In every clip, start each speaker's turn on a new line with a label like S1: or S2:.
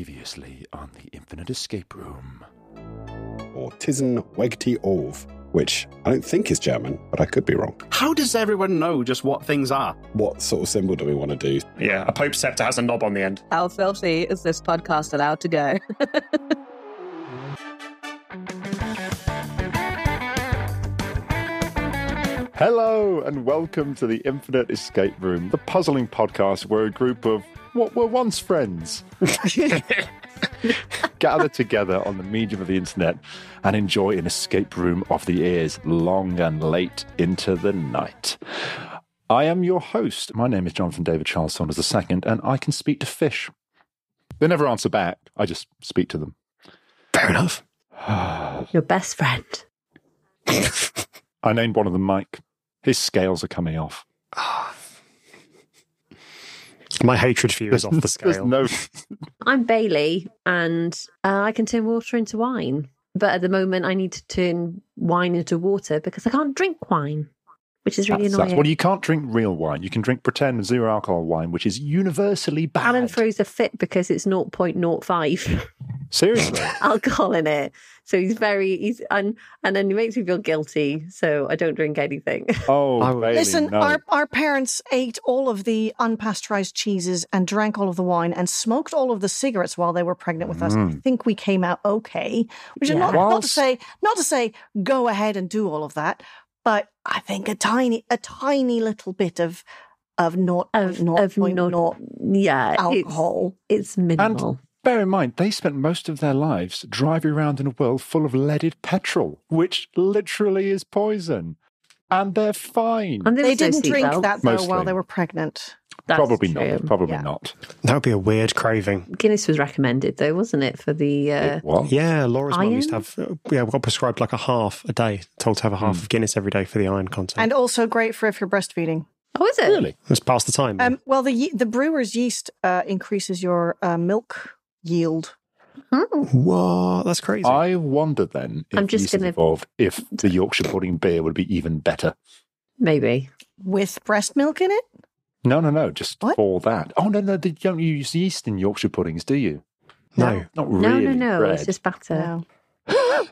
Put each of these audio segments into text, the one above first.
S1: Previously on the Infinite Escape Room.
S2: or Tizen Wegti Ov, which I don't think is German, but I could be wrong.
S3: How does everyone know just what things are?
S2: What sort of symbol do we want to do?
S4: Yeah, a Pope's scepter has a knob on the end.
S5: How filthy is this podcast allowed to go?
S6: Hello, and welcome to the Infinite Escape Room, the puzzling podcast where a group of what were once friends gather together on the medium of the internet and enjoy an escape room of the ears long and late into the night. I am your host. My name is Jonathan David Charles Saunders II, and I can speak to fish. They never answer back, I just speak to them.
S4: Fair enough.
S7: Your best friend.
S6: I named one of them Mike. His scales are coming off.
S4: My hatred for you is off the
S6: There's
S4: scale.
S6: no
S7: I'm Bailey, and uh, I can turn water into wine. But at the moment, I need to turn wine into water because I can't drink wine, which is really
S6: That sucks.
S7: annoying.
S6: Well, you can't drink real wine. You can drink pretend zero alcohol wine, which is universally bad.
S7: Alan throws a fit because it's 0.05
S6: Seriously,
S7: alcohol in it. So he's very, he's, and, and then he makes me feel guilty. So I don't drink anything.
S6: oh,
S4: I would-
S6: Bailey,
S8: Listen,
S6: no.
S8: our, our parents ate all of the unpasteurized cheeses and drank all of the wine and smoked all of the cigarettes while they were pregnant with us. I
S6: Mm.
S8: think we came out okay. Which is not, not to
S6: Whilst-
S8: say not to say go ahead and do all of that, but I think a tiny a tiny little bit of of not
S7: Of,
S8: not,
S7: of
S8: not,
S7: not, yeah, it's-
S8: alcohol.
S7: It's, minimal.
S6: bear in mind they spent most of their lives driving around in a world full of leaded petrol, which literally is poison, and they're fine.
S7: And, there
S8: They
S7: was no
S8: didn't drink
S7: seatbelt.
S8: that though while
S6: Mostly.
S8: they were pregnant.
S7: That's
S6: probably
S7: true.
S6: not. Probably
S8: Yeah.
S6: not.
S4: That would be a weird craving.
S7: Guinness was recommended though, wasn't it, for the uh,
S6: It was.
S4: Yeah, Laura's mum used to
S7: Iron?
S4: have, yeah, got prescribed like a half a day, told to have a half
S3: Hmm.
S4: of Guinness every day for the iron content.
S8: And also great for if you're breastfeeding.
S7: Oh, is it?
S6: Really?
S4: it was past the time.
S6: Mm.
S8: Um, well, the ye- the brewer's yeast uh, increases your uh, milk yield.
S4: what? That's crazy.
S3: Uh,
S6: I wonder then if
S7: I'm just
S6: yeast is
S7: gonna-
S6: involved, if the Yorkshire pudding beer would be even better.
S7: Maybe.
S8: with breast milk in it?
S6: No, no, no, just
S8: What?
S6: for that. Oh no, no, they don't use yeast in Yorkshire puddings, do you?
S4: no.
S6: Not
S7: No,
S6: really.
S7: no, no.
S6: Bread.
S7: It's just batter.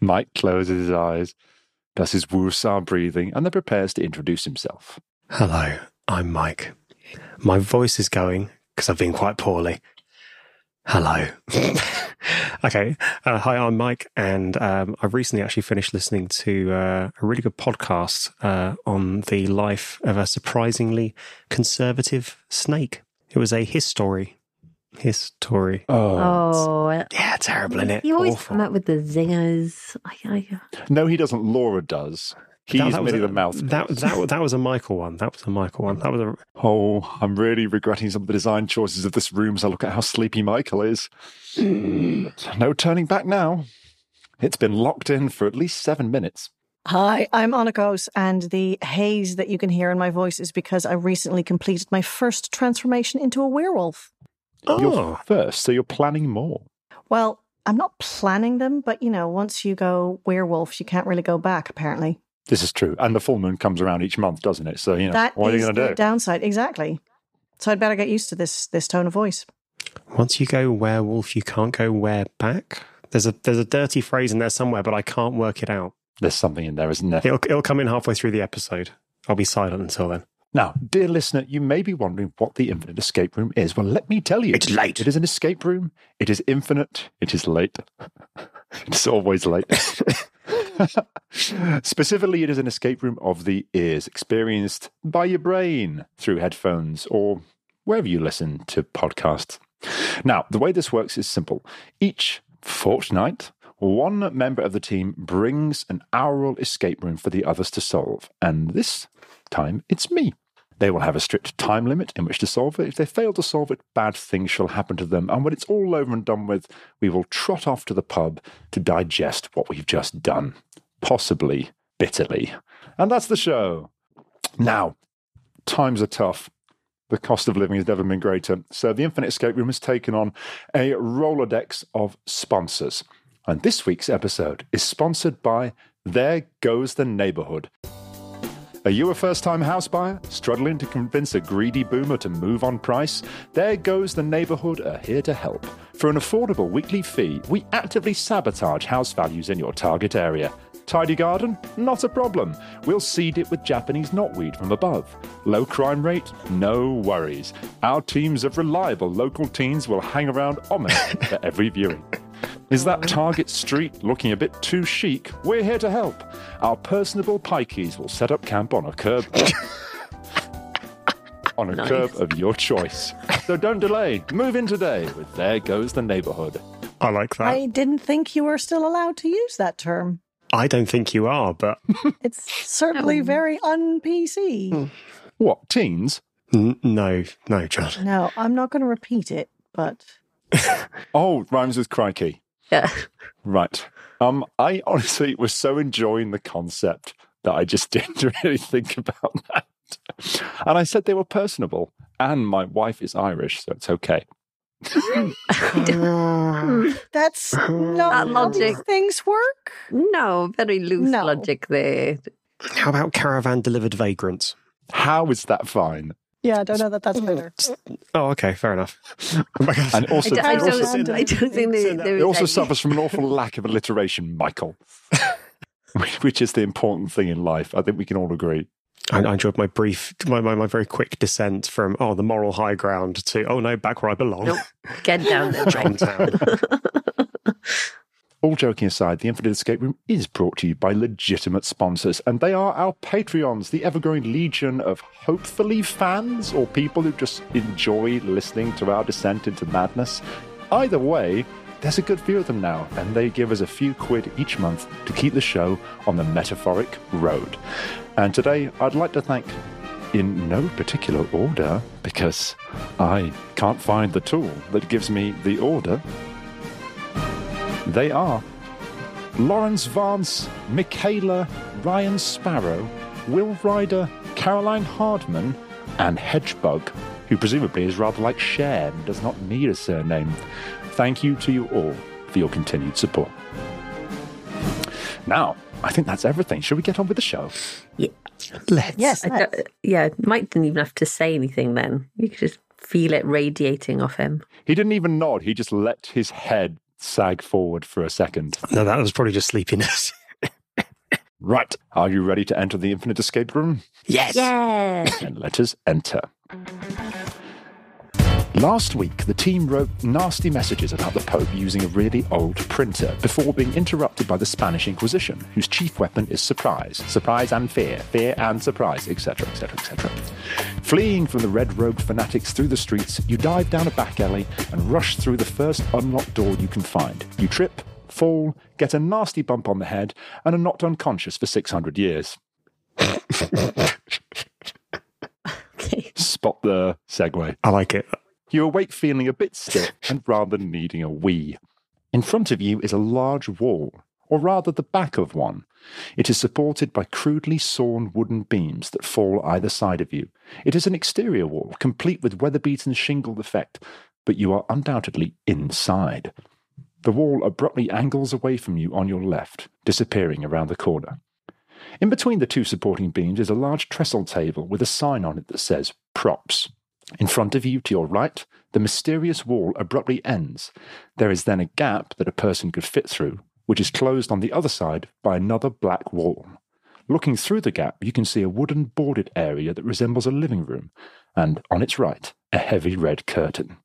S6: Mike closes his eyes, does his woosah breathing, and then prepares to introduce himself.
S4: Hello, I'm Mike. My voice is going because I've been quite poorly. Hello. okay. Uh, hi, I'm Mike, and um, I've recently actually finished listening to uh, a really good podcast uh, on the life of a surprisingly conservative snake. It was a his story. His story.
S7: Oh, I-
S4: Yeah, terrible, is it?
S7: you always
S4: Awful.
S7: come up with the zingers. I, I,
S6: No, he doesn't. Laura does. He's
S4: That- that was
S6: merely
S4: a-
S6: the mouthpiece.
S4: That, that, that was a Michael one. That was a Michael one. That was a
S6: oh, I'm really regretting some of the design choices of this room as I look at how sleepy Michael is.
S8: Mm.
S6: no turning back now. It's been locked in for at least seven minutes.
S8: Hi, I'm Anakos, and the haze that you can hear in my voice is because I recently completed my first transformation into a werewolf. Oh.
S6: You're first, so you're planning more.
S8: Well, I'm not planning them, but you know, once you go werewolf, you can't really go back, apparently.
S6: This is true. And the full moon comes around each month, doesn't it? So, you know,
S8: That is
S6: what are you going
S8: the
S6: to do?
S8: downside. Exactly. So I'd better get used to this this tone of voice.
S4: Once you go werewolf, you can't go where back. There's a there's a dirty phrase in there somewhere, but I can't work it out.
S6: There's something in there, isn't there?
S4: It'll it'll come in halfway through the episode. I'll be silent until then.
S6: Now, dear listener, you may be wondering what the infinite escape room is. Well, let me tell you.
S4: It's late.
S6: It is an escape room. It is infinite. It is late. it's always late. Specifically, it is an escape room of the ears, experienced by your brain through headphones or wherever you listen to podcasts. Now, the way this works is simple. Each fortnight, one member of the team brings an aural escape room for the others to solve. And this time, it's me. They will have a strict time limit in which to solve it. If they fail to solve it, bad things shall happen to them. And when it's all over and done with, we will trot off to the pub to digest what we've just done, possibly bitterly. And that's the show. Now, times are tough. The cost of living has never been greater. So the Infinite Escape Room has taken on a Rolodex of sponsors. And this week's episode is sponsored by There Goes the Neighborhood. Are you a first time house buyer struggling to convince a greedy boomer to move on price? There Goes the Neighborhood are here to help. For an affordable weekly fee, we actively sabotage house values in your target area. Tidy garden? Not a problem. We'll seed it with Japanese knotweed from above. Low crime rate? No worries. Our teams of reliable local teens will hang around Omer for every viewing. Is that Target Street looking a bit too chic? We're here to help. Our personable pikeys will set up camp on a curb. on a curb of your choice. So don't delay. Move in today with There Goes the Neighborhood.
S4: I like that.
S8: I
S4: I,
S8: didn't think you were still allowed to use that term.
S4: don't think you are, but
S8: It's certainly very
S6: Hmm.
S8: un PC.
S6: What, teens?
S4: n- no, no, John.
S8: No, I'm not going to repeat it, but
S6: Oh, rhymes with crikey.
S7: Yeah.
S6: Right. Um, I honestly was so enjoying the concept that I just didn't really think about that. And I said they were personable. And my wife is Irish, so it's okay.
S8: that's not
S7: That
S8: how these
S7: logic.
S8: things work.
S7: No, very loose
S8: No.
S7: logic there.
S4: How about caravan delivered vagrants?
S6: How is that fine?
S8: Yeah, I don't know that that's
S7: Mm.
S8: better.
S4: Oh, okay, fair enough. Oh
S6: And
S7: I
S6: also,
S7: don't, I
S6: it also,
S7: don't, I don't think there, there
S6: it
S7: is
S6: also
S7: any-
S6: suffers from an awful lack of alliteration, Michael, which is the important thing in life. I think we can all agree.
S4: I, I enjoyed my brief, my, my, my very quick descent from oh the moral high ground to oh no back where I belong,
S7: Nope. Get down there.
S4: John
S7: Mike.
S4: Town.
S6: All joking aside, the Infinite Escape Room is brought to you by legitimate sponsors, and they are our Patreons, the ever growing legion of hopefully fans or people who just enjoy listening to our descent into madness. Either way, there's a good few of them now, and they give us a few quid each month to keep the show on the metaphoric road. And today, I'd like to thank, in no particular order, because I can't find the tool that gives me the order. They are Lawrence Vance, Michaela, Ryan Sparrow, Will Ryder, Caroline Hardman, and Hedgebug, who presumably is rather like Cher and does not need a surname. Thank you to you all for your continued support. Now, I think that's everything. Shall we get on with the show?
S7: Yeah.
S4: Let's.
S8: Yes,
S7: I don't- yeah, Mike didn't even have to say anything then. You could just feel it radiating off him.
S6: He didn't even nod, he just let his head sag forward for a second.
S4: No, that was probably just sleepiness.
S6: Right, are you ready to enter the infinite escape room?
S4: yes.
S7: Yeah.
S6: and let us enter. Last week, the team wrote nasty messages about the Pope using a really old printer before being interrupted by the Spanish Inquisition, whose chief weapon is surprise, surprise and fear, fear and surprise, etc., etc., etc. Fleeing from the red robed fanatics through the streets, you dive down a back alley and rush through the first unlocked door you can find. You trip, fall, get a nasty bump on the head, and are knocked unconscious for 600 years.
S7: Okay.
S6: Spot the segue.
S4: I like it.
S6: You awake feeling a bit stiff and rather needing a wee. In front of you is a large wall, or rather the back of one. It is supported by crudely sawn wooden beams that fall either side of you. It is an exterior wall, complete with weather beaten shingle effect, but you are undoubtedly inside. The wall abruptly angles away from you on your left, disappearing around the corner. In between the two supporting beams is a large trestle table with a sign on it that says props. In front of you, to your right, the mysterious wall abruptly ends. There is then a gap that a person could fit through, which is closed on the other side by another black wall. Looking through the gap, you can see a wooden boarded area that resembles a living room, and on its right, a heavy red curtain.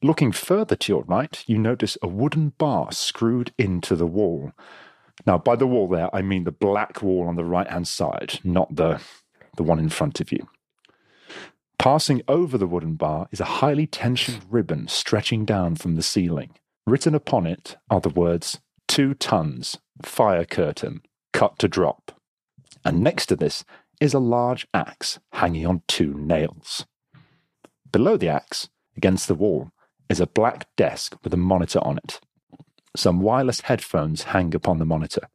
S6: Looking further to your right, you notice a wooden bar screwed into the wall. Now, by the wall there, I mean the black wall on the right hand side, not the, the one in front of you. Passing over the wooden bar is a highly tensioned ribbon stretching down from the ceiling. Written upon it are the words two tons, fire curtain, cut to drop. And next to this is a large axe hanging on two nails. Below the axe, against the wall, is a black desk with a monitor on it. Some wireless headphones hang upon the monitor.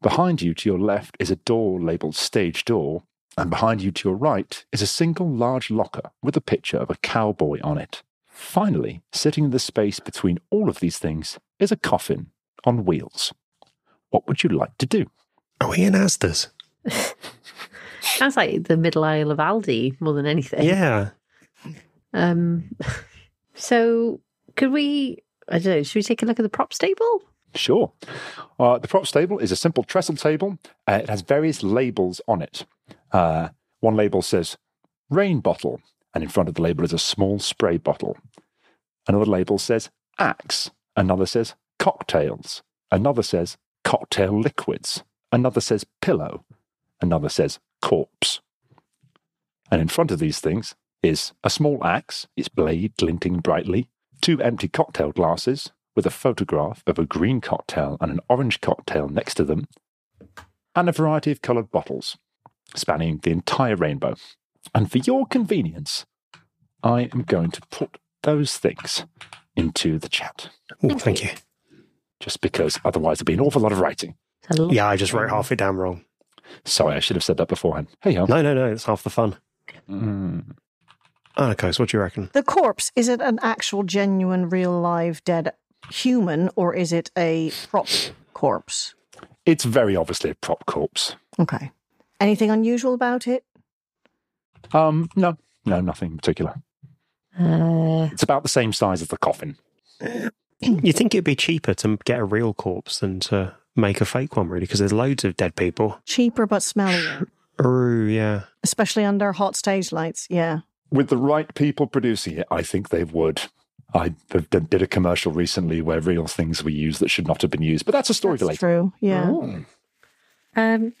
S6: Behind you to your left is a door labeled stage door, and behind you to your right is a single large locker with a picture of a cowboy on it. Finally, sitting in the space between all of these things is a coffin on wheels. What would you like to do?
S4: Are we in Asda's?
S7: Sounds like the middle aisle of Aldi more than anything.
S4: Yeah.
S7: Um, so could we? I don't know. Should we take a look at the prop stable?
S6: Sure. Uh, the props table is a simple trestle table. Uh, it has various labels on it. Uh, one label says rain bottle, and in front of the label is a small spray bottle. Another label says axe. Another says cocktails. Another says cocktail liquids. Another says pillow. Another says corpse. And in front of these things is a small axe, its blade glinting brightly, two empty cocktail glasses with a photograph of a green cocktail and an orange cocktail next to them, and a variety of coloured bottles spanning the entire rainbow. And for your convenience, I am going to put those things into the chat
S4: Ooh, Oh, thank you.
S6: just because otherwise there'd be an awful lot of writing.
S7: It's a lot.
S4: Yeah, I just wrote half it down wrong.
S6: Sorry, I should have said that beforehand. Hey, ho.
S4: No, no, no. It's half the fun.
S6: Mm.
S4: Anarchos, what do you reckon?
S8: The corpse, is it an actual, genuine, real, live, dead human, or is it a prop corpse?
S6: It's very obviously a prop corpse.
S8: Okay. Anything unusual about it?
S6: Um, no, no, nothing in particular.
S7: Uh,
S6: It's about the same size as the coffin.
S4: You think it'd be cheaper to get a real corpse than to make a fake one, really? Because there's loads of dead people.
S8: Cheaper but smellier,
S4: Ooh, yeah.
S8: especially under hot stage lights. Yeah.
S6: with the right people producing it, I think they would. I d- d- did a commercial recently where real things were used that should not have been used, but that's a story
S8: That's
S6: for later.
S8: true. Yeah.
S7: Oh. um,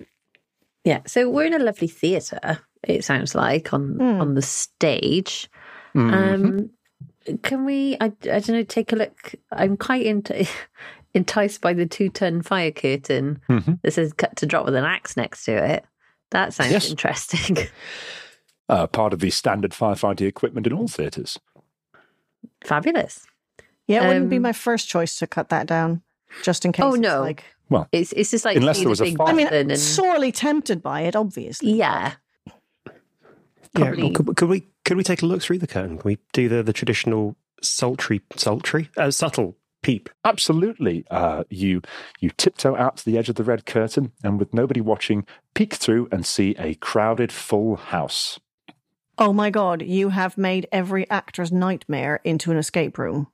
S7: yeah. So we're in a lovely theatre. It sounds like on
S8: Hmm.
S7: on the stage.
S6: Mm-hmm.
S7: Um, can we? I, I don't know. Take a look. I'm quite ent- enticed by the two ton fire curtain
S6: Mhm.
S7: that says "cut to drop" with an axe next to it. That sounds
S6: Yes.
S7: interesting.
S6: Uh, part of the standard firefighting equipment in all theatres.
S7: Fabulous.
S8: Yeah, it wouldn't be
S7: Um,
S8: my first choice to cut that down, just in case.
S7: Oh,
S8: it's
S7: no.
S8: Like,
S7: It's it's just like
S6: Unless
S7: seeing
S6: there was a
S7: big
S6: fire.
S8: I mean,
S7: button and-
S8: sorely tempted by it, obviously.
S7: yeah. Probably-
S4: Yeah. Could, could we could we take a look through the curtain? Can we do the the traditional sultry sultry uh, subtle peep?
S6: Absolutely. Uh, you you tiptoe out to the edge of the red curtain, and with nobody watching, peek through and see a crowded, full house.
S8: Oh my God, you have made every actor's nightmare into an escape room.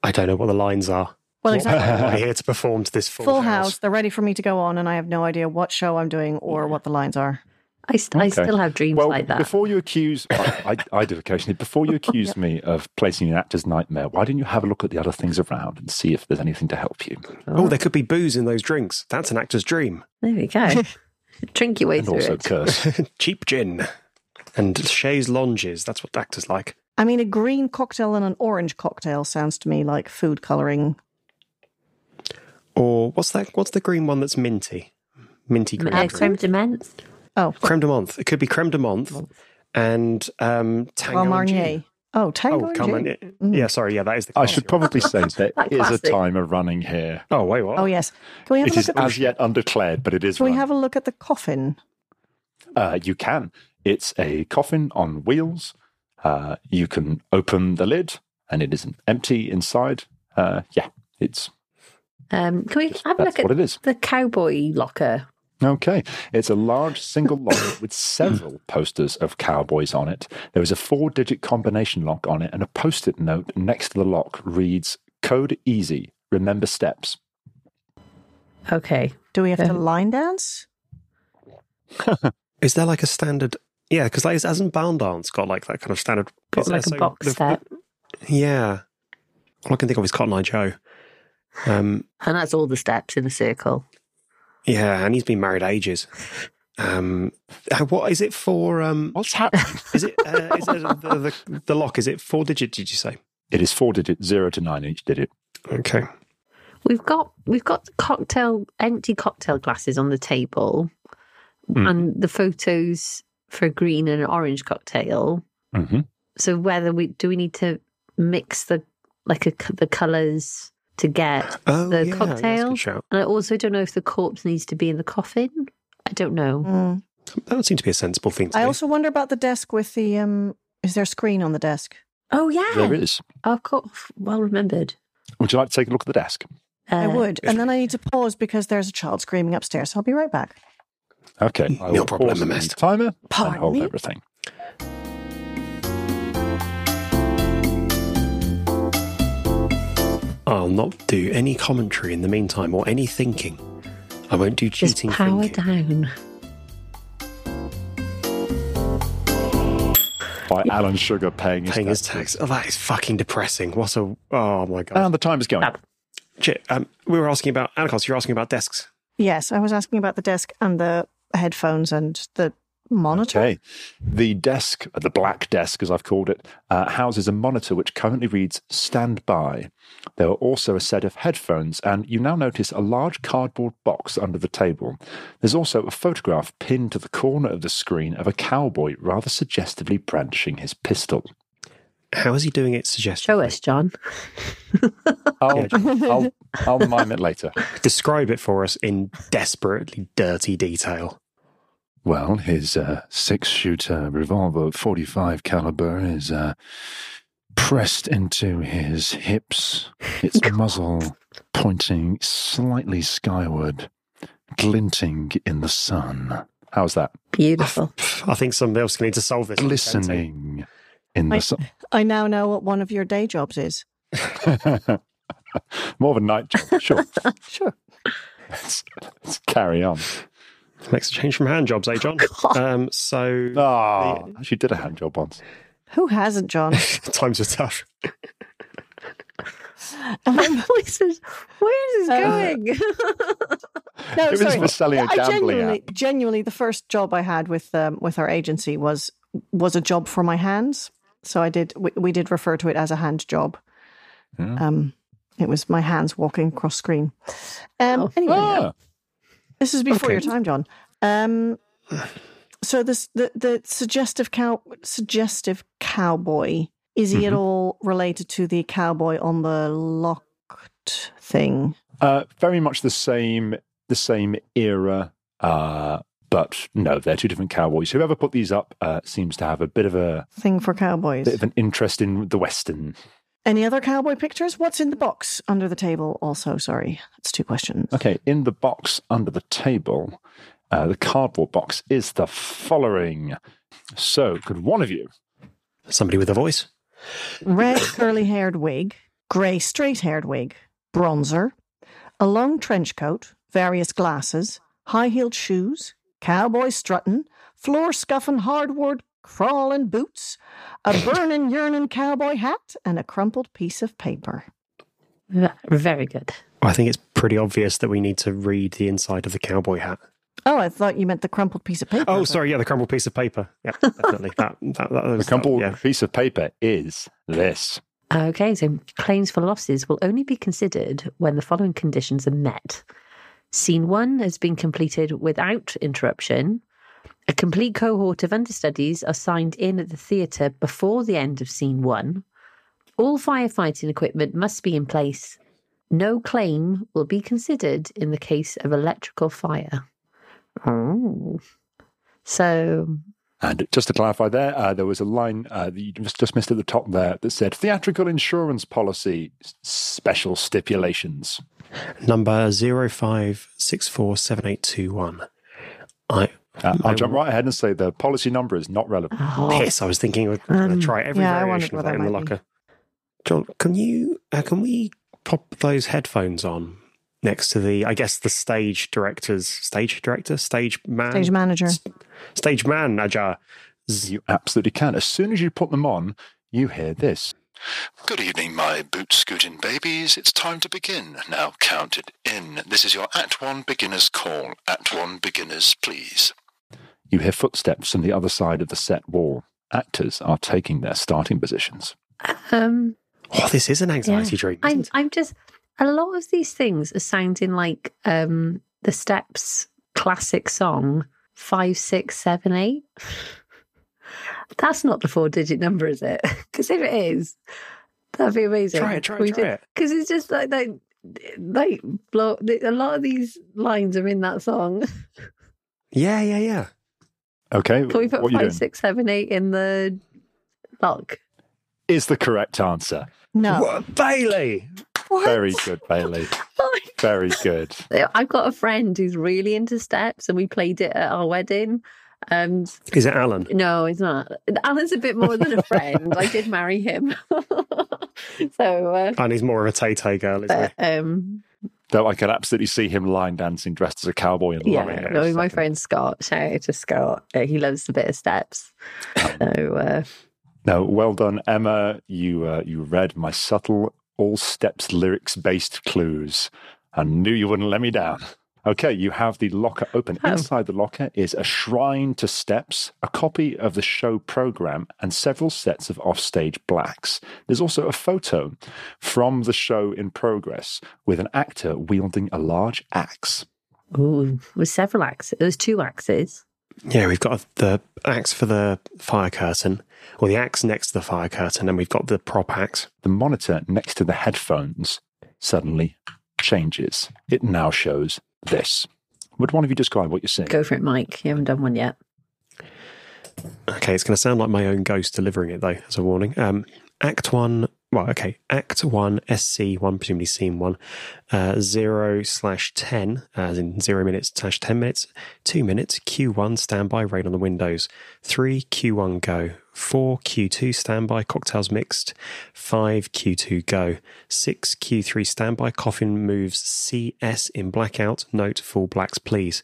S4: I don't know what the lines are.
S8: Well,
S4: What-
S8: exactly.
S4: I'm here to perform to this full,
S8: Full house. They're ready for me to go on, and I have no idea what show I'm doing or what the lines are.
S7: I, st- I
S6: Okay.
S7: still have dreams
S6: Well,
S7: like that.
S6: before you accuse, I, I, I do occasionally. Before you accuse me of placing you in an actor's nightmare, why didn't you have a look at the other things around and see if there's anything to help you?
S4: Oh, there could be booze in those drinks. That's an actor's dream.
S7: there we go. Drink your way
S6: And
S7: through
S6: also
S7: it.
S6: curse.
S4: Cheap gin and chaise lounges. That's what actors like.
S8: I mean, a green cocktail and an orange cocktail sounds to me like food coloring.
S4: Or what's that? What's the green one that's minty? Minty green.
S7: Uh,
S4: drink.
S7: creme de menthe.
S8: Oh,
S4: creme de menthe. It could be creme de menthe and um, tango
S8: Grand
S4: and gin.
S8: Marnier. Oh, Tango
S4: Oh,
S8: and
S4: come on.
S8: Gin. Mm.
S4: Yeah, sorry. Yeah, that is the.
S6: I should
S4: classy one.
S6: probably say there
S7: That
S6: is a
S7: classic.
S6: timer running here.
S4: Oh wait, what?
S8: Oh, yes. Can we have
S6: It
S8: a look
S6: is
S8: at the,
S6: as yet undeclared, but it is.
S8: Can we
S6: running.
S8: have a look at the coffin?
S6: Uh, you can. It's a coffin on wheels. Uh, you can open the lid, and it is empty inside. Uh, yeah, it's
S7: Um, can we have a
S6: that's
S7: look at
S6: what it is.
S7: the cowboy locker?
S6: Okay, it's a large single lock with several posters of cowboys on it. There is a four-digit combination lock on it, and a post-it note next to the lock reads "Code Easy." Remember steps.
S7: Okay.
S8: Do we have to
S7: Um,
S8: line dance?
S4: Is there like a standard? Yeah, because like, hasn't Bound Dance got like that kind of standard?
S7: Got
S4: is there-
S7: like a
S4: so
S7: box
S4: the-
S7: set.
S4: yeah. All I can think of is Cotton Eye Joe. Um,
S7: And that's all the steps in a circle.
S4: yeah, and he's been married ages. Um, uh, what is it for? Um,
S6: What's happening?
S4: is it, uh, is it the, the, the lock? Is it four digit? Did you say?
S6: it is four-digit, zero to nine each digit.
S4: Okay.
S7: We've got we've got cocktail empty cocktail glasses on the table
S6: Hmm.
S7: and the photos for a green and an orange cocktail.
S6: Mm-hmm.
S7: So whether we do we need to mix the like a, the colors to get
S4: Oh,
S7: The
S4: yeah, That's a
S7: cocktail?
S4: good shout.
S7: And I also don't know if the corpse needs to be in the coffin. I don't know.
S8: Mm.
S4: That would seem to be a sensible thing. To
S8: I
S4: do.
S8: also wonder about the desk with the um is there a screen on the desk?
S7: Oh yeah,
S6: There is.
S7: Of course, well remembered.
S6: Would you like to take a look at the desk?
S7: Uh,
S8: I would. And then I need to pause because there's a child screaming upstairs. So I'll be right back.
S6: Okay.
S4: No problem, mister.
S6: Timer.
S8: Pardon
S6: and hold
S8: me?
S6: everything.
S4: I'll not do any commentary in the meantime or any thinking. I won't do
S7: Just
S4: cheating
S7: power
S4: thinking.
S7: down.
S6: By Alan Sugar paying his
S4: Paying his
S6: taxes.
S4: tax. Oh, that is fucking depressing. What a. Oh, my God.
S6: And the time is going.
S4: Shit. Um, we were asking about. Anacos, you're asking about desks.
S8: Yes, I was asking about the desk and the headphones and the monitor.
S6: Okay. The desk, the black desk, as I've called it, uh, houses a monitor which currently reads standby. There are also a set of headphones, and you now notice a large cardboard box under the table. There's also a photograph pinned to the corner of the screen of a cowboy rather suggestively brandishing his pistol.
S4: How is he doing it suggestively?
S7: Show us, John.
S6: I'll, I'll, I'll mime it later.
S4: Describe it for us in desperately dirty detail.
S1: Well, his uh, six-shooter revolver, 45 caliber, is uh, pressed into his hips. Its muzzle pointing slightly skyward, glinting in the sun,
S6: How's that?
S7: Beautiful.
S4: I think somebody else can need to solve this.
S1: glistening in the
S8: I-
S1: sun.
S8: I now know what one of your day jobs is.
S6: More of a night job. Sure.
S8: Sure.
S6: let's, let's carry on.
S4: Makes a change from hand jobs, eh, John? um, so
S6: Ah, she did a hand job once.
S8: Who hasn't, John?
S4: times are tough.
S8: Um,
S7: Voices. Where is this
S8: Uh,
S7: going?
S8: no,
S6: it was
S8: sorry.
S6: for selling a
S8: I
S6: gambling
S8: genuinely,
S6: app.
S8: genuinely, the first job I had with um, with our agency was was a job for my hands. So I did. We, we did refer to it as a hand job.
S6: Yeah.
S8: Um, it was my hands walking across screen. Um, Anyway,
S6: Ah,
S8: this is before
S4: Okay.
S8: your time, John. Um, so this the the suggestive cow suggestive cowboy is he at all related to the cowboy on the locked thing?
S6: uh, very much the same, the same era. Uh, but no, they're two different cowboys. Whoever put these up uh, seems to have a bit of a
S8: Thing for cowboys.
S6: bit of an interest in the western.
S8: Any other cowboy pictures? What's in the box under the table? Also, sorry, that's two questions.
S6: Okay, in the box under the table, uh, the cardboard box is the following. So, could one of you?
S4: Somebody with a voice.
S8: Red curly haired wig, grey straight haired wig, bronzer, a long trench coat, various glasses, high heeled shoes, cowboy strutting, floor scuffing hardwood crawling boots, a burning yearning cowboy hat, and a crumpled piece of paper.
S7: Ve- Very good.
S4: I think it's pretty obvious that we need to read the inside of the cowboy hat.
S8: Oh, I thought you meant the crumpled piece of paper.
S4: Oh,
S8: but-
S4: sorry, yeah, the crumpled piece of paper. Yeah, definitely. that, that, that,
S6: The
S4: was-
S6: crumpled
S4: yeah.
S6: piece of paper is this.
S7: Okay, so claims for losses will only be considered when the following conditions are met. Scene one has been completed without interruption. A complete cohort of understudies are signed in at the theatre before the end of scene one. All firefighting equipment must be in place. No claim will be considered in the case of electrical fire. Oh. So,
S6: And just to clarify there, uh, there was a line uh, that you just just missed at the top there that said theatrical insurance policy, s- special stipulations.
S4: Number zero five six four seven eight two one. I
S6: Uh, I'll jump right ahead and say the policy number is not relevant.
S7: oh,
S4: piss. I was thinking we'd
S7: Um,
S4: try every
S8: yeah, I
S4: variation of
S8: wondered
S4: that
S8: what that
S4: in the
S8: might be.
S4: locker. John, can you uh, can we pop those headphones on next to the I guess the stage director's stage director stage man
S8: Stage manager.
S4: stage man Ajar. Z-
S6: You absolutely can. As soon as you put them on, you hear this.
S1: Good evening, my boot scooting babies. It's time to begin. Now count it in. This is your Act 1 beginner's call. Act 1 beginners, please.
S6: You hear footsteps from the other side of the set wall. Actors are taking their starting positions.
S7: um,
S4: Oh, this is an anxiety dream.
S7: I'm
S4: isn't it?
S7: I'm just a lot of these things are sounding like um the steps classic song five six seven eight. That's not the four digit number, is it? Because if it is, that'd be amazing.
S4: Try it, try it, try it.
S7: Because it's just like like like blow, a lot of these lines are in that song.
S4: Yeah, yeah, yeah.
S6: Okay,
S7: Can we
S6: what
S7: put
S6: are you doing?
S7: five six seven eight in the lock?
S6: Is the correct answer.
S8: No.
S4: What, Bailey.
S6: Very good, Bailey.
S7: Oh my
S6: Very good.
S7: I've got a friend who's really into steps, and we played it at our wedding. Um,
S4: Is it Alan?
S7: no, he's not. Alan's a bit more than a friend. I did marry him, so uh,
S4: And he's more of a Tay Tay girl, isn't
S7: but, um,
S6: Though I could absolutely see him line dancing dressed as a cowboy and loving
S7: yeah.
S6: it.
S7: No,
S6: It's
S7: my
S6: like-
S7: friend Scott. Shout out to Scott. Uh, he loves a bit of steps. So uh,
S6: No, well done, Emma. You uh, you read my subtle all steps lyrics based clues. I knew you wouldn't let me down. Okay, you have the locker open.
S7: Oh.
S6: Inside the locker is a shrine to steps, a copy of the show program, and several sets of offstage blacks. There's also a photo from the show in progress with an actor wielding a large axe.
S7: ooh, it was several axes. It was two axes.
S4: it? Yeah, we've got the axe for the fire curtain, or the axe next to the fire curtain, and we've got the prop axe.
S6: The monitor next to the headphones suddenly changes. It now shows this. Would one of you describe what you're seeing?
S7: Go for it, Mike. You haven't done one yet.
S4: Okay, it's going to sound like my own ghost delivering it, though, as a warning. Um, Act 1, well, okay, Act 1, SC1, presumably Scene 1, uh, 0 slash 10, as in 0 minutes slash 10 minutes, 2 minutes, Q1, standby, rain on the windows, 3, Q1, go, 4, Q2, standby, cocktails mixed, 5, Q2, go, 6, Q3, standby, coffin moves, CS in blackout, note, full blacks, please,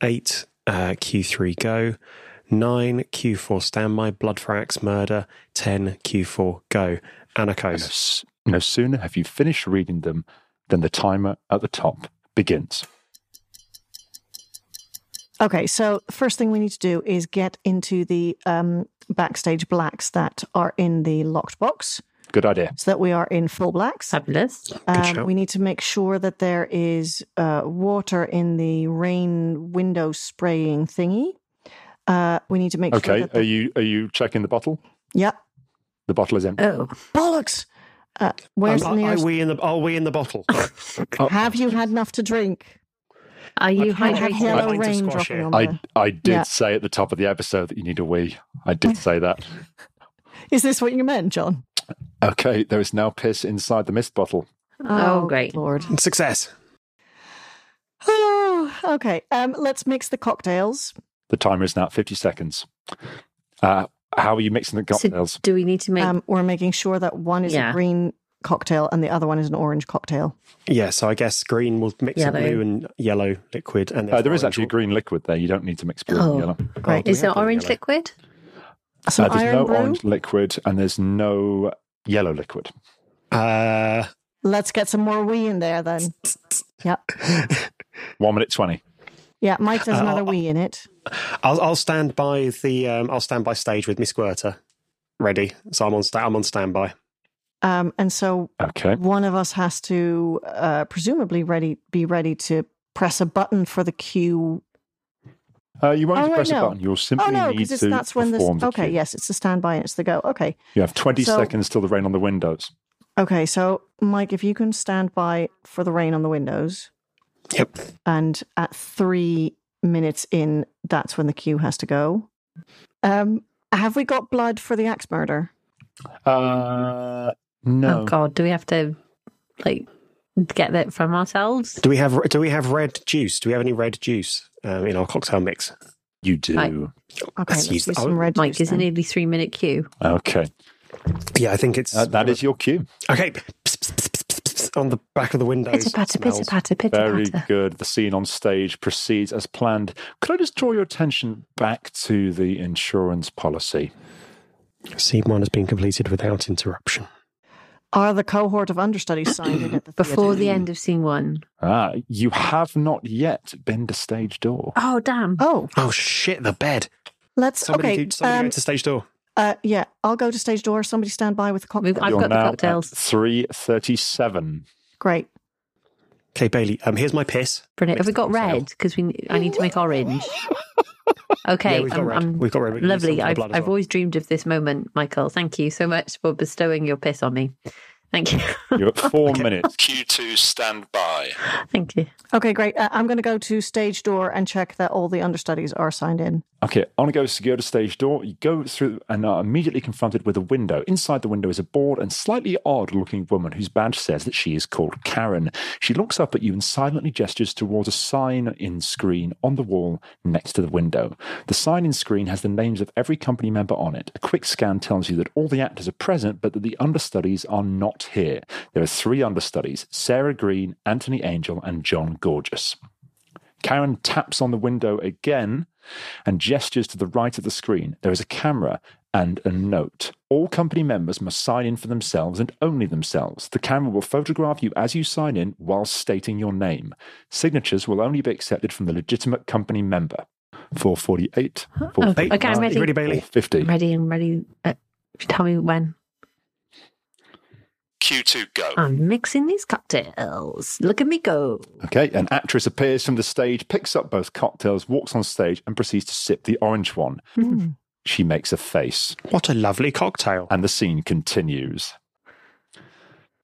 S4: 8, uh, Q3, go, 9 Q4 standby, blood for axe murder, 10 Q4 go.
S6: And no
S4: Anarchos.
S6: s- no sooner have you finished reading them than the timer at the top begins.
S8: Okay, so first thing we need to do is get into the um, backstage blacks that are in the locked box
S6: Good idea.
S8: so that we are in full blacks.
S7: Fabulous.
S8: Um,
S4: shout.
S8: we need to make sure that there is uh, water in the rain window spraying thingy. Uh, we need to make sure.
S6: Okay,
S8: that the-
S6: are you are you checking the bottle?
S8: Yep.
S6: The bottle is empty.
S7: Oh,
S8: Bollocks. Uh, where's
S4: Um,
S8: the
S4: are, are
S8: nearest?
S4: we in the are we in the bottle?
S8: Have you had enough to drink?
S7: are you
S4: I
S8: I had
S4: hate it.
S8: yellow
S4: I'd like
S7: hydrated?
S4: to
S8: rain
S4: squash
S8: dropping
S4: it.
S8: on
S6: I
S8: there.
S6: I did
S8: Uh, Yeah.
S6: say at the top of the episode that you need a wee. I did say that.
S8: Is this what you meant, John?
S6: Okay, there is now piss inside the mist bottle.
S7: Oh, great.
S8: Lord.
S4: Success.
S8: Oh, okay. Um, let's mix the cocktails.
S6: The timer is now at fifty seconds. Uh, how are you mixing the cocktails?
S7: So do we need to make?
S8: Um, we're making sure that one is
S7: Yeah.
S8: a green cocktail and the other one is an orange cocktail.
S4: Yeah, so I guess green will mix
S7: Yellow.
S4: with blue and yellow liquid and
S6: Uh, there is
S4: orange
S6: actually a
S4: will-
S6: green liquid there. You don't need to mix blue
S7: Oh.
S6: and yellow.
S8: Great.
S4: do we
S7: is there
S4: have blue and
S7: orange
S4: yellow?
S7: liquid?
S8: Some
S6: Uh, there's
S8: iron
S6: no
S8: brew.
S6: orange liquid and there's no yellow liquid.
S4: Uh,
S8: Let's get some more wee in there then.
S6: One minute 20.
S8: Yeah, Mike does
S4: Uh,
S8: another
S6: oh,
S4: I'll-
S8: wee in it.
S4: I'll I'll stand by the um, I'll stand by stage with Miss Squirter. Ready. So I'm on sta- I'm on standby.
S8: Um, and so
S6: Okay.
S8: one of us has to uh, presumably ready be ready to press a button for the cue.
S6: Uh, you won't
S8: Oh,
S6: have to
S8: wait,
S6: press
S8: no.
S6: a button. You'll simply
S8: Oh no,
S6: need
S8: because
S6: to
S8: it's that's when this.
S6: perform the
S8: Okay,
S6: cue.
S8: yes, it's the standby and it's the go. Okay,
S6: You have 20
S8: So-
S6: seconds till the rain on the windows.
S8: okay. So Mike, if you can stand by for the rain on the windows,
S4: Yep.
S8: and at three minutes in, that's when the cue has to go. Um, have we got blood for the axe murder? Oh,
S6: Uh, no.
S7: Oh God, do we have to like get that from ourselves?
S4: Do we have do we have red juice? Do we have any red juice um, in our cocktail mix?
S6: You do.
S7: Right.
S8: Okay,
S4: Let's
S8: let's,
S4: use
S8: use
S4: the-
S8: some red
S7: Mike,
S8: juice
S7: is it
S8: then.
S7: nearly three minute cue?
S6: Okay.
S4: Yeah, I think it's
S6: Uh, that is your cue.
S4: Okay. Pss, pss, pss, pss, pss, pss, On the back of the window.
S7: Pitter patter, pitter patter, pitter
S6: Very
S7: patter.
S6: good. The scene on stage proceeds as planned. Could I just draw your attention back to the insurance policy?
S4: Scene one has been completed without interruption.
S8: Are the cohort of understudies signed in at the
S7: Before
S8: theatre?
S7: the end of scene one.
S6: Ah, you have not yet been to stage door.
S7: Oh damn!
S8: Oh,
S4: Oh shit! The bed.
S8: let's
S4: Somebody,
S8: okay.
S4: do, somebody
S8: um,
S4: go to stage door.
S8: Uh, yeah, I'll go to stage door. Somebody stand by with the cocktail.
S7: We've- I've
S6: You're
S7: got the
S6: now
S7: cocktails.
S6: at 337.
S8: Great.
S4: Okay, Bailey. Um, here's my piss.
S7: Brilliant. Have we
S4: Mixed
S7: got
S4: cocktail.
S7: red? Because we I need to make orange. Okay,
S4: yeah, we've got
S7: I'm,
S4: red.
S7: I'm-
S4: we've got red. We can use some
S7: lovely.
S4: for the
S7: I've
S4: blood as
S7: I've
S4: well.
S7: always dreamed of this moment, Michael. Thank you so much for bestowing your piss on me. Thank you.
S6: You're at four minutes.
S1: Q2 stand by.
S7: Thank you.
S8: Okay, great. Uh, I'm going to go to stage door and check that all the understudies are signed in.
S6: Okay, on goes to go to stage door. You go through and are immediately confronted with a window. Inside the window is a bored and slightly odd looking woman whose badge says that she is called Karen. She looks up at you and silently gestures towards a sign in screen on the wall next to the window. The sign in screen has the names of every company member on it. A quick scan tells you that all the actors are present, but that the understudies are not here. There are three understudies Sarah Green, Anthony Angel, and John Gorgeous. Karen taps on the window again and gestures to the right of the screen. There is a camera and a note. All company members must sign in for themselves and only themselves. The camera will photograph you as you sign in while stating your name. Signatures will only be accepted from the legitimate company member. 448,
S7: Okay, okay, I'm ready.
S4: uh, Ready, Bailey?
S6: 450.
S7: I'm ready. I'm ready. Uh, if you tell me when.
S1: Q2 go.
S7: I'm mixing these cocktails. Look at me go.
S6: Okay, an actress appears from the stage, picks up both cocktails, walks on stage, and proceeds to sip the orange one.
S7: Mm-hmm.
S6: She makes a face,
S4: What a lovely cocktail.
S6: and the scene continues.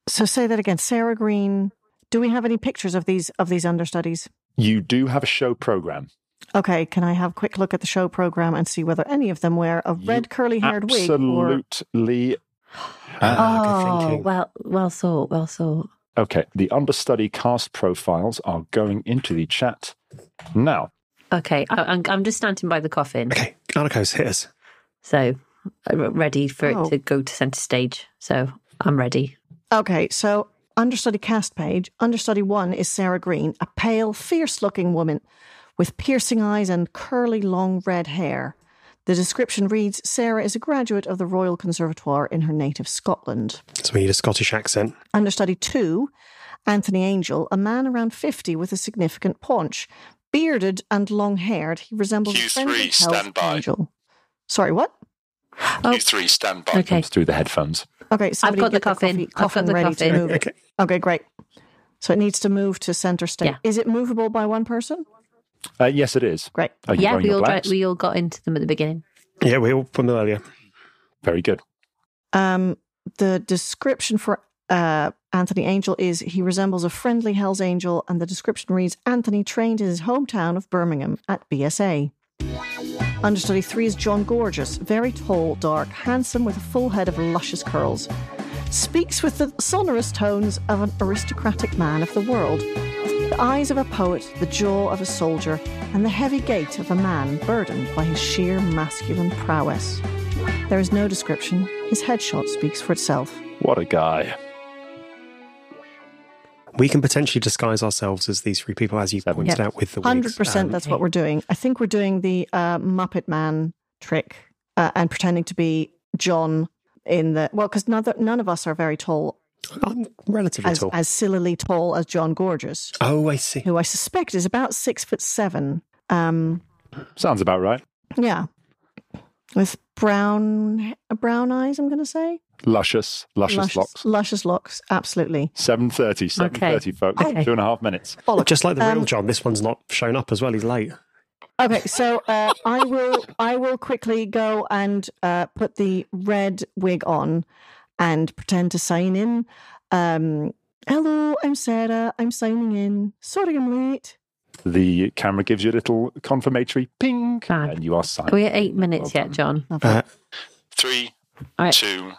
S8: So say that again. Sarah Green. Do we have any pictures of these of these understudies?
S6: You do have a show program.
S8: Okay, can I have a quick look at the show program and see whether any of them wear a red curly haired wig or
S6: Absolutely.
S4: Ah, good
S7: oh,
S4: thinking.
S7: well, well thought. Well thought.
S6: Okay, the understudy cast profiles are going into the chat now.
S7: Okay, I, I'm, I'm just standing by the coffin,
S4: Okay, Anarchos, hit us.
S7: so uh, re- ready for
S8: Oh.
S7: it to go to centre stage. So I'm ready.
S8: Okay, so understudy cast page. Understudy one is Sarah Green, a pale, fierce looking woman with piercing eyes and curly, long red hair. The description reads Sarah is a graduate of the Royal Conservatoire in her native Scotland.
S4: So we need a Scottish accent.
S8: Understudy two, Anthony Angel, a man around 50 with a significant paunch. Bearded and long haired, he resembles a
S1: Q3,
S8: friend of health
S1: stand by.
S8: angel. Sorry, what?
S7: Oh,
S1: Q3 stand by.
S7: okay.
S6: Comes through the headphones.
S8: Okay, so
S7: got the coffin.
S8: Coffee,
S7: I've got
S8: coffin
S7: the
S8: ready
S7: coffin.
S8: to move.
S4: Okay.
S8: Okay, great. So it needs to move to center stage.
S7: Yeah.
S8: Is it movable by one person?
S6: Uh, yes, it is.
S8: Great.
S6: Are you
S7: Yeah,
S6: wearing
S7: we
S6: your
S7: all dri-
S6: blacks?
S7: we all got into them at the beginning.
S4: Yeah, we all from earlier.
S6: Very good.
S8: Um, the description for uh, Anthony Angel is he resembles a friendly Hell's Angel, and the description reads Anthony trained in his hometown of Birmingham at BSA. Understudy three is John Gorgeous, very tall, dark, handsome, with a full head of luscious curls. Speaks with the sonorous tones of an aristocratic man of the world. The eyes of a poet, the jaw of a soldier, and the heavy gait of a man burdened by his sheer masculine prowess. There is no description. His headshot speaks for itself.
S6: What a guy.
S4: We can potentially disguise ourselves as these three people, as you
S6: Seven.
S4: pointed
S7: Yeah.
S4: out with the wigs.
S8: Hundred percent.
S4: Um,
S8: That's what we're doing. I think we're doing the uh, Muppet Man trick uh, and pretending to be John in the well, because none, none of us are very tall,
S4: Um, I'm relatively
S8: as,
S4: tall.
S8: as sillily tall as John Gorgeous,
S4: oh, I see.
S8: who I suspect is about six foot seven. Um,
S6: Sounds about right.
S8: yeah, with brown brown eyes. I'm going to say
S6: Luscious, luscious, locks.
S8: luscious locks. Absolutely.
S6: 7.30, 7.30, folks.
S7: Okay.
S6: Two and a half minutes.
S4: Just like the real
S8: Um,
S4: John, this one's not shown up as well. He's late.
S8: Okay, so uh, I will I will quickly go and uh, put the red wig on and pretend to sign in. Um, Hello, I'm Sarah. I'm signing in. Sorry, I'm late.
S6: The camera gives you a little confirmatory ping,
S7: Fab.
S6: and you are
S7: Are we
S6: signed.
S7: at eight minutes
S6: Well
S7: yet, John?
S4: Uh,
S1: Three,
S7: All right.
S1: two,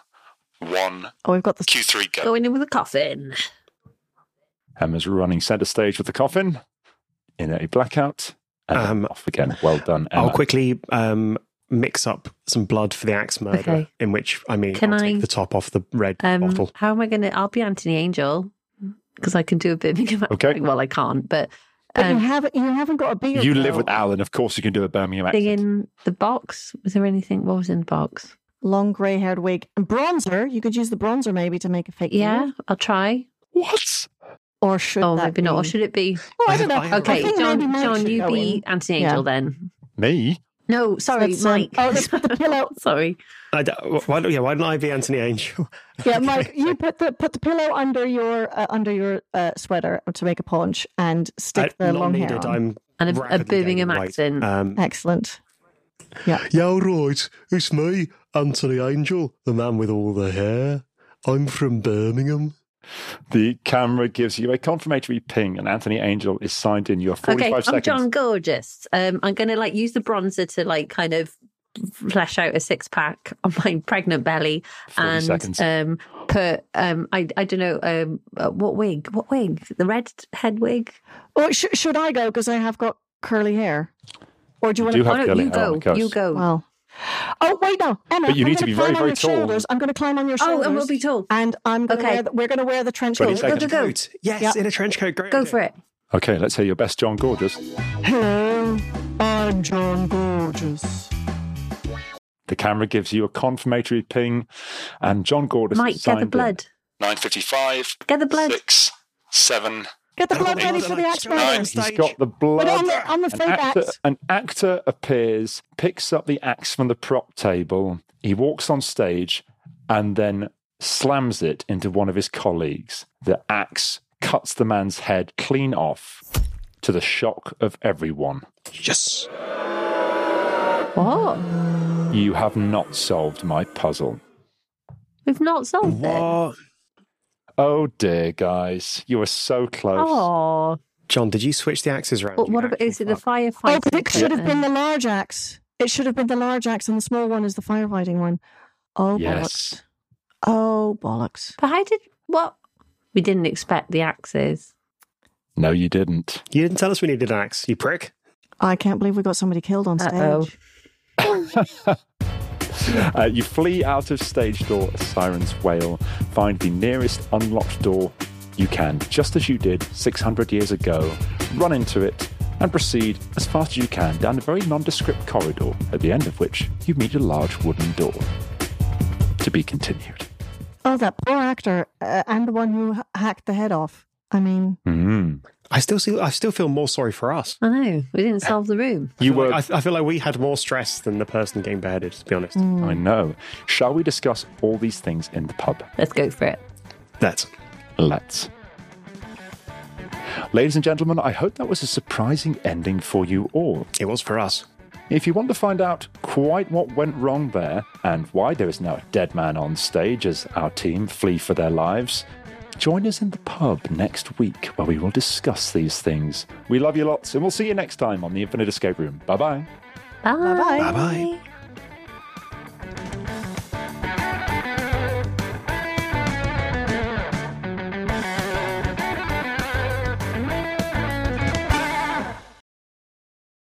S1: one.
S8: Oh, we've got the
S1: Q3 go.
S7: Going in with a coffin.
S6: Emma's Um, running centre stage with the coffin in a blackout, and
S4: Um,
S6: off again. Well done, Emma.
S4: I'll quickly um, mix up some blood for the axe murder,
S7: Okay.
S4: in which, I mean,
S7: Can
S4: I'll
S7: I-
S4: take the top off the red
S7: Um,
S4: bottle.
S7: how am I going to? I'll be Anthony Angel because I can do a Birmingham.
S6: Okay.
S7: Well, I can't, but
S8: but you
S7: um,
S8: haven't you haven't got a beard.
S6: You live
S8: though.
S6: with Alan, of course you can do a Birmingham accent.
S7: thing in the box. Was there anything? What was in the box?
S8: long grey haired wig and bronzer. You could use the bronzer maybe to make a fake.
S7: Yeah,
S8: beard.
S7: I'll try.
S6: What?
S8: or should
S7: oh,
S8: that
S7: maybe not. Or
S8: be-
S7: should it be?
S8: Oh, I don't know.
S4: I
S7: Okay,
S8: think
S7: John.
S8: maybe Mike
S7: John,
S8: should
S7: you
S8: go
S7: be
S8: in.
S7: Anthony
S8: Yeah.
S7: Angel then.
S6: Me?
S7: No, sorry,
S8: Let's, um,
S7: Mike.
S8: oh, let's put the pillow.
S7: sorry.
S4: I d- why, don't- yeah, why don't I be Anthony Angel?
S8: Yeah, Mike, you put the put the pillow under your uh, under your uh, sweater to make a paunch and stick
S4: I-
S8: the
S4: not
S8: long hair.
S4: needed.
S8: on.
S4: I'm
S7: And a, a
S4: rapidly
S7: Birmingham
S4: gaining weight.
S7: accent.
S4: Um,
S8: Excellent.
S4: yeah, all right. It's me, Anthony Angel, the man with all the hair. I'm from Birmingham.
S6: The camera gives you a confirmatory ping, and Anthony Angel is signed in your 45
S7: okay, I'm
S6: seconds.
S7: John Gorgeous. Um, I'm going to like use the bronzer to like kind of flesh out a six pack on my pregnant belly
S6: 40
S7: and
S6: seconds.
S7: um put um I I don't know um uh, what wig what wig the red head wig
S8: Or sh- should I go because I have got curly hair? Or do you,
S6: You do
S8: want to?
S6: have
S7: oh no
S6: curly
S7: you
S6: hair on the
S7: go
S6: coast.
S7: you go
S8: Well, oh wait, no, Emma.
S6: But you
S8: I'm
S6: need to
S8: gonna
S6: be very,
S8: climb on
S6: very
S8: your
S6: tall.
S8: Shoulders. I'm going to climb on your
S7: oh
S8: shoulders.
S7: and we'll be told
S8: And I'm gonna
S7: Okay.
S8: wear the, we're going to wear the trench
S6: 20
S8: coat.
S6: seconds.
S7: go go go
S4: Boots. Yes,
S8: Yeah.
S4: in a trench coat. Great
S7: go
S4: idea.
S7: for it
S6: Okay, let's hear your best John Gorgeous.
S8: Hello, I'm John Gorgeous.
S6: The camera gives you a confirmatory ping, and John Gorgeous
S7: Mike
S6: is
S7: get the
S6: signed in.
S7: blood
S1: 9.55.
S7: get the blood
S1: Six, seven.
S8: Get the
S4: Hold
S8: blood
S4: on,
S8: ready
S4: hold
S8: for
S4: on,
S8: the
S4: I'm
S8: axe
S4: still on
S1: murderer.
S6: And
S1: Nine.
S6: He's
S4: stage.
S6: got the blood.
S8: But on the on the
S6: an,
S8: fake
S6: actor,
S8: axe.
S6: an actor appears, picks up the axe from the prop table. He walks on stage and then slams it into one of his colleagues. The axe cuts the man's head clean off to the shock of everyone.
S4: Yes.
S7: what
S6: You have not solved my puzzle.
S7: we've not solved it
S4: What?
S6: Oh dear, guys. You are so close.
S7: oh
S4: John, did you switch the axes around?
S7: what,
S4: you
S7: what about
S4: actual
S7: is it the Um,
S4: fuck?
S8: Oh,
S7: firefighting
S8: but it should have
S7: equipment?
S8: been the large axe. It should have been the large axe, and the small one is the firefighting one. Oh
S6: Yes.
S8: bollocks! Oh bollocks!
S7: but how did what we didn't expect the axes
S6: No, you didn't.
S4: You didn't tell us we needed an axe, you prick.
S8: I can't believe we got somebody killed on stage.
S7: Uh-oh.
S6: Uh, you flee out of stage door as sirens wail. Find the nearest unlocked door you can, just as you did 600 years ago. Run into it and proceed as fast as you can down a very nondescript corridor, at the end of which you meet a large wooden door. To be continued.
S8: Oh, that poor actor uh, and the one who h- hacked the head off. I mean,
S6: Mm.
S4: I still see. I still feel more sorry for us.
S7: I know we didn't solve the room
S6: You
S4: I feel
S6: were.
S4: like- I, th- I feel like we had more stress than the person getting beheaded. To be honest,
S7: Mm.
S6: I know. Shall we discuss all these things in the pub?
S7: let's go for it
S4: that's
S6: Let's. Ladies and gentlemen, I hope that was a surprising ending for you all.
S4: it was for us.
S6: If you want to find out quite what went wrong there and why there is now a dead man on stage as our team flee for their lives, join us in the pub next week where we will discuss these things. We love you lots and we'll see you next time on the Infinite Escape Room. Bye bye.
S7: Bye.
S8: Bye-bye.
S4: Bye-bye.